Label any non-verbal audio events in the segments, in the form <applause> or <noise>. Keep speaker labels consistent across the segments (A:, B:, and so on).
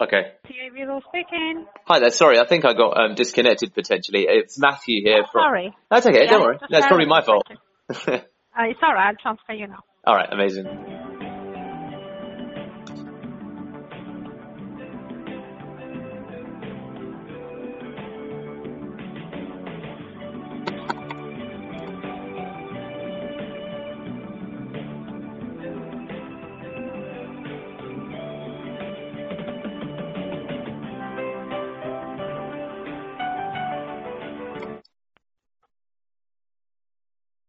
A: Okay.
B: TA Regal speaking.
A: Hi there. Sorry, I think I got um, disconnected potentially. It's Matthew here. from...
B: Sorry.
A: That's okay.
B: Yeah,
A: don't worry.
B: just
A: That's probably my
B: clarify
A: fault.
B: the Uh, it's alright, I'll transfer you now.
A: <laughs> All right. Amazing.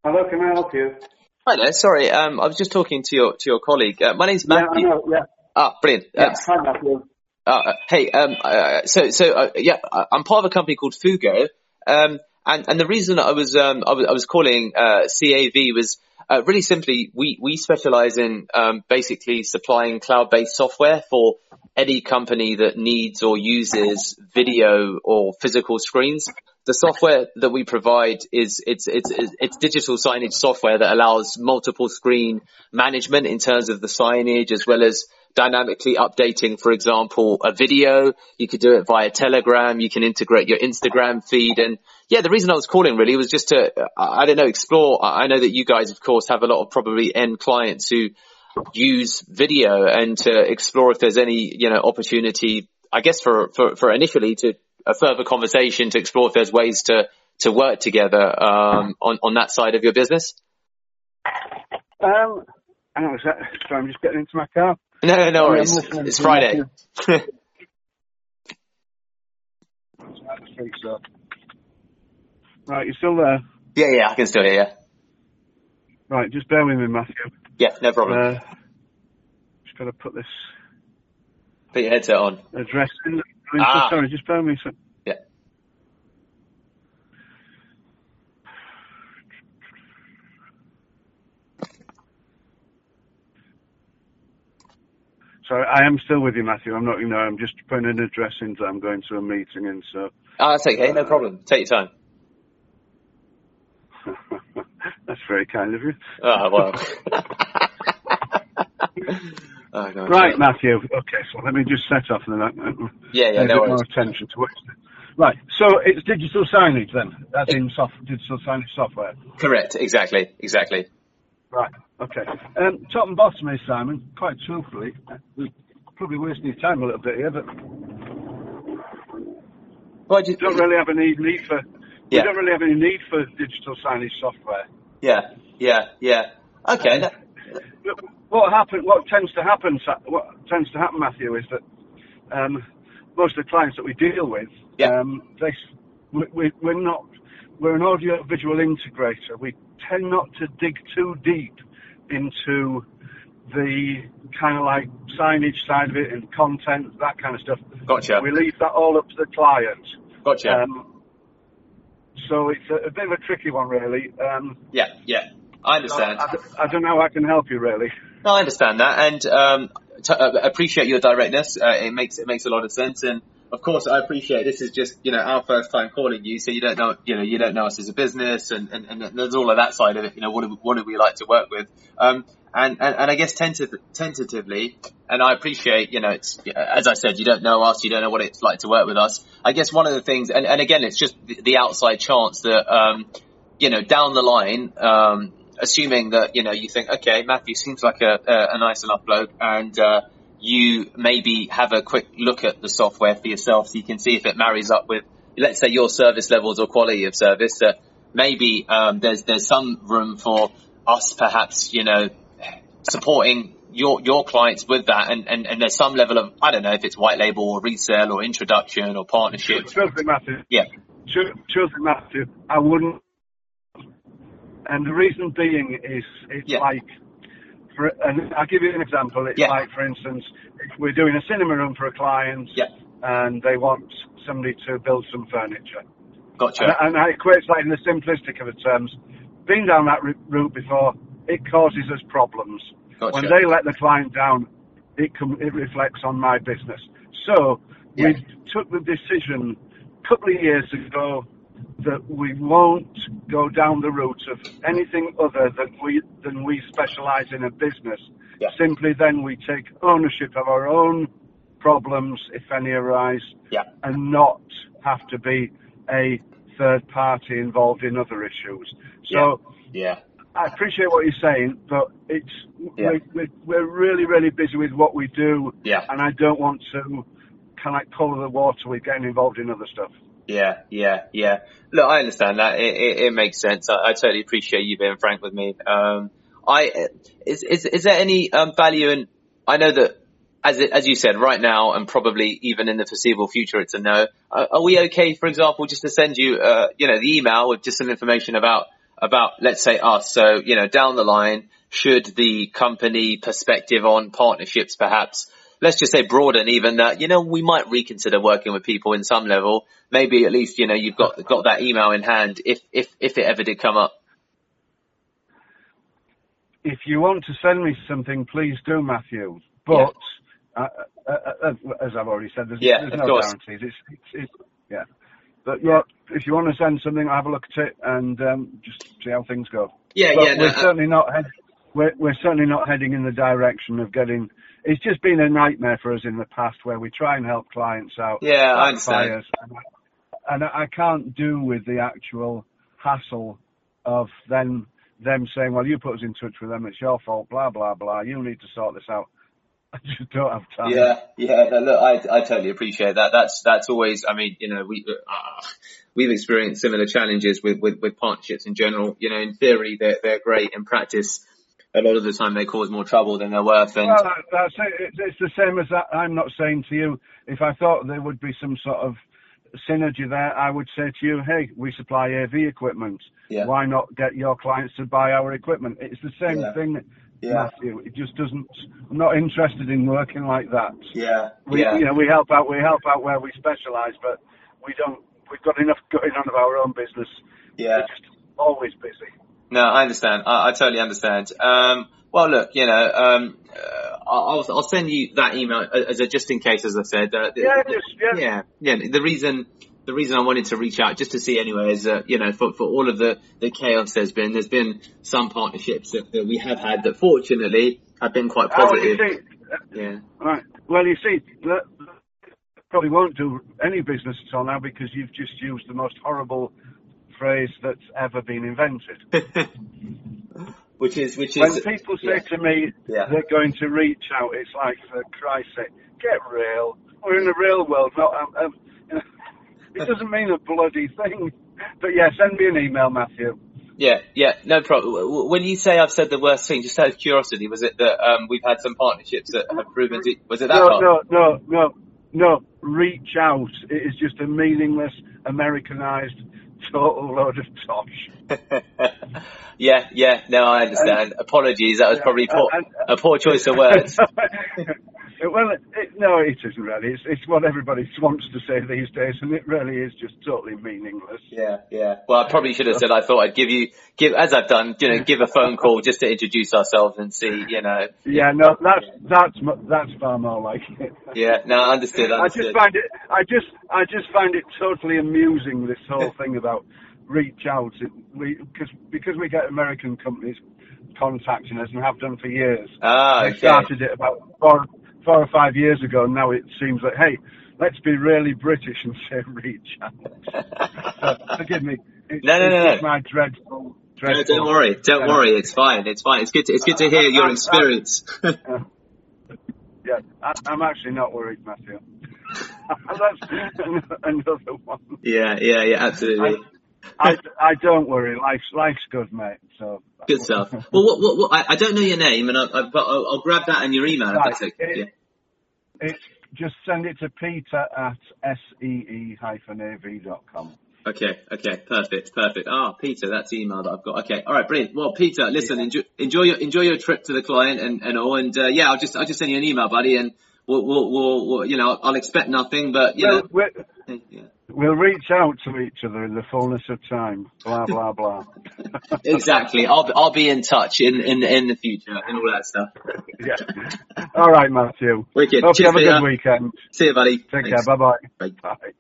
C: Hello, can I help you?
A: Hi there. Sorry. Um, I was just talking to your to your colleague. Uh, my name's
C: Yeah, I
A: Matthew.
C: know. Yeah.
A: Ah, brilliant.
C: yeah.
A: Um,
C: Hi, Matthew.
A: Uh, hey, um, uh, so so uh, yeah, I- I'm part of a company called Fugo, um, and and the reason I was um, I was, I was calling uh, CAV was uh, really simply we we specialize in um, basically supplying cloud-based software for any company that needs or uses video or physical screens. The software that we provide is it's it's it's it's digital signage software that allows multiple screen management in terms of the signage as well as dynamically updating, for example, a video. You could do it via Telegram. You can integrate your Instagram feed. And yeah, the reason I was calling really was just to, uh, I I don't know, explore. I I know that you guys, of course, have a lot of probably end clients who use video and to explore if there's any, you know, opportunity, I guess for, for, for initially to a further conversation to explore if there's ways to, to work together, um, on, on that side of your business.
C: Um, hang on a sec. Sorry, I'm just getting into my car.
A: No, no, no
C: Oh, I'm
A: worries.
C: listening
A: It's
C: to
A: Friday.
C: It's not the street, so. Right, you're still there.
A: <laughs> yeah, yeah, I can still hear you.
C: Right, just bear with me, Matthew.
A: Yeah, no problem.
C: Uh, just got to put this
A: Put your headset on.
C: address in. I'm
A: Ah.
C: so sorry, just bear with me. a sec.
A: Yeah.
C: Sorry, I am still with you, Matthew. I'm not, you know, I'm just putting an address in that I'm going to a meeting in, so. <laughs>
A: Ah, that's okay. No problem. Take your time.
C: That's very kind of you.
A: Oh, wow. <laughs> oh, no,
C: Right,
A: sorry.
C: Matthew. Okay, so let me just set off and then I
A: Yeah, yeah,
C: pay a
A: no
C: bit
A: worries.
C: more attention to it. Right, so it's digital signage then, as in soft, digital signage software.
A: Correct. Exactly. Exactly.
C: Right, okay. Um, top and bottom is Simon. Quite truthfully, uh, we're probably wasting your time a little bit here, but
A: Why do you,
C: don't really have any need for. We
A: Yeah.
C: don't really have any need for digital signage software.
A: Yeah. Yeah. Yeah. Okay. that-
C: But what happen, What tends to happen? Sa- What tends to happen, Matthew, is that um, most of the clients that we deal with,
A: Yeah.
C: um, they, s- we, we, we're not. We're an audio visual integrator. We tend not to dig too deep into the kind of like signage side of it and content, that kind of stuff.
A: Gotcha.
C: We leave that all up to the client.
A: Gotcha.
C: Um, so it's a, a bit of a tricky one, really. Um,
A: yeah. Yeah. I
C: I,
A: understand.
C: I d- I don't know how I can help you, really.
A: No, I understand that, and um, t- uh, appreciate your directness. Uh, it makes it makes a lot of sense, and of course, I appreciate this is just you know our first time calling you, so you don't know you know you don't know us as a business, and and, and there's all of that side of it. You know, what do we, what do we like to work with? Um, and, and, and I guess tentative, tentatively, and I appreciate, you know, it's, as I said, you don't know us, you don't know what it's like to work with us. I guess one of the things, and, and again, it's just the, the outside chance that, um, you know, down the line, um, assuming that, you know, you think, okay, Matthew seems like a, a, a nice enough bloke and, uh, you maybe have a quick look at the software for yourself so you can see if it marries up with, let's say your service levels or quality of service that maybe, um, there's, there's some room for us perhaps, you know, supporting your your clients with that and, and, and there's some level of I don't know if it's white label or resale or introduction or partnership.
C: <laughs> Truthfully, Matthew,
A: Yeah.
C: Tru- truthfully, Matthew, I wouldn't. And the reason being is it's
A: Yeah.
C: like, for, and I'll give you an example. It's
A: Yeah.
C: like, for instance, if we're doing a cinema room for a client
A: Yeah.
C: and they want somebody to build some furniture.
A: Gotcha.
C: And, and I equate that in the simplistic of the terms. Been down that ru- route before, it causes us problems.
A: Gotcha.
C: When they let the client down, it com- it reflects on my business. So
A: Yeah.
C: we took the decision a couple of years ago that we won't go down the route of anything other than we than we specialise in a business.
A: Yeah.
C: Simply, then we take ownership of our own problems, if any arise,
A: Yeah.
C: and not have to be a third party involved in other issues. So
A: Yeah.
C: I appreciate what you're saying, but it's
A: Yeah.
C: we're, we're, we're really, really busy with what we do,
A: Yeah.
C: and I don't want to kind of like colour the water with getting involved in other stuff.
A: Yeah, yeah, yeah. Look, I understand that. It, it, it makes sense. I, I totally appreciate you being frank with me. Um, I is is is there any um, value in? I know that as it, as you said, right now and probably even in the foreseeable future, it's a no. Uh, are we okay, for example, just to send you, uh, you know, the email with just some information about about let's say us? So you know, down the line, should the company perspective on partnerships perhaps let's just say broaden even that, you know, we might reconsider working with people in some level. Maybe at least, you know, you've got, got that email in hand if, if, if it ever did come up.
C: if you want to send me something, please do, Matthew. But uh, uh, uh, as I've already said, there's,
A: Yeah,
C: there's
A: of
C: no
A: course.
C: guarantees. It's, it's, it's, yeah. But yeah, if you want to send something, I'll have a look at it and um, just see how things go.
A: Yeah,
C: But
A: yeah, no,
C: we're
A: uh,
C: certainly not. Head- we're, we're certainly not heading in the direction of getting. It's just been a nightmare for us in the past where we try and help clients out.
A: Yeah, I
C: like
A: understand.
C: Fires, and, I, and I can't do with the actual hassle of then them saying, "Well, you put us in touch with them. It's your fault." Blah blah blah. You need to sort this out. <laughs> I just don't have time.
A: Yeah, yeah. No, look, I I totally appreciate that. That's that's always. I mean, you know, we uh, we've experienced similar challenges with, with with partnerships in general. You know, in theory, they're they're great. In practice, a lot of the time, they cause more trouble than they're worth. And
C: Well, that- that's it. It's- It's the same as that. I'm not saying to you, if I thought there would be some sort of synergy there, I would say to you, hey, we supply AV equipment.
A: Yeah.
C: Why not get your clients to buy our equipment? It's the same
A: Yeah.
C: thing,
A: Yeah.
C: Matthew. It just doesn't. I'm not interested in working like that.
A: yeah,
C: We,
A: yeah.
C: you know, we help out. We help out where we specialise, but we don't. We've got enough going on of our own business.
A: Yeah.
C: We're just always busy.
A: No, I understand. I, I totally understand. Um, well, look, you know, um, uh, I'll, I'll send you that email uh, as a just in case, as I said. Uh, the-
C: Yeah, just- yeah.
A: yeah, yeah. The reason, the reason I wanted to reach out just to see anyway is that you know, for for all of the the chaos there's been, there's been some partnerships that, that we have had that fortunately have been quite
C: How do you
A: positive.
C: think?
A: Yeah,
C: Right. Well, you see, that probably won't do any business at all now because you've just used the most horrible phrase that's ever been invented.
A: <laughs> which is which
C: When
A: is
C: people
A: yeah.
C: say to me
A: Yeah.
C: they're going to reach out, it's like, for Christ's sake, get real. We're in the real world, not. Um, um, <laughs> you know, it doesn't mean a bloody thing. But yeah, send me an email, Matthew.
A: Yeah, yeah, no problem. When you say I've said the worst thing, just out of curiosity, was it that um, we've had some partnerships that have proven to? Was it that
C: no,
A: part?
C: no, no, no, no. Reach out. It is just a meaningless, Americanized, total load of tosh.
A: <laughs> yeah, yeah, no, I understand. Apologies, that was probably poor,
C: and-
A: a poor choice of words.
C: well, <laughs> it, no, it isn't really. It's, it's what everybody wants to say these days, and it really is just totally meaningless.
A: Yeah, yeah. Well, I probably should have said I thought I'd give you give as I've done, you know, give a phone call just to introduce ourselves and see, you know.
C: Yeah, no, that's that's mu- that's far more like it.
A: <laughs> Yeah, no, understood,
C: I just
A: understood.
C: find it. I just I just find it totally amusing this whole thing about reach out. It, we because because we get American companies contacting us and have done for years.
A: Ah,
C: They
A: okay. <laughs>
C: started it about four four or five years ago, and now it seems like hey, let's be really British and say <laughs> reach out. So, forgive me. It's,
A: No, no, no,
C: it's
A: no.
C: just my dreadful.
A: No,
C: dreadful
A: don't worry, don't worry. It's fine, it's fine. It's good. To, it's good to hear your experience. <laughs>
C: Yeah, I, I'm actually not worried, Matthew. <laughs> That's another one.
A: yeah, yeah, yeah. Absolutely.
C: I, I don't worry. Life's life's good, mate. So
A: Good stuff.
C: <laughs>
A: Well, what, what, what, I, I don't know your name, and I, I've got, I'll, I'll grab that and your email if that's
C: Right.
A: okay. Yeah.
C: It's just send it to Peter at E see av.com.
A: Okay, okay, perfect, perfect. Ah, Peter, that's the email that I've got. Okay, all right, brilliant. Well, Peter, listen, enjoy, enjoy your enjoy your trip to the client and and all, and uh, yeah, I'll just I'll just send you an email, buddy, and we'll we'll, we'll, we'll you know I'll, I'll expect nothing, but you
C: We'll, we'll,
A: know, eh, yeah.
C: we'll reach out to each other in the fullness of time. Blah blah blah.
A: <laughs> exactly. I'll I'll be in touch in in in the future and all that stuff.
C: <laughs> yeah. All right, Matthew.
A: Wicked.
C: Hope
A: Cheers,
C: you have a
A: Peter.
C: good weekend.
A: <laughs> See you, buddy.
C: Take
A: Thanks.
C: care. Bye-bye.
A: Bye.
C: Bye.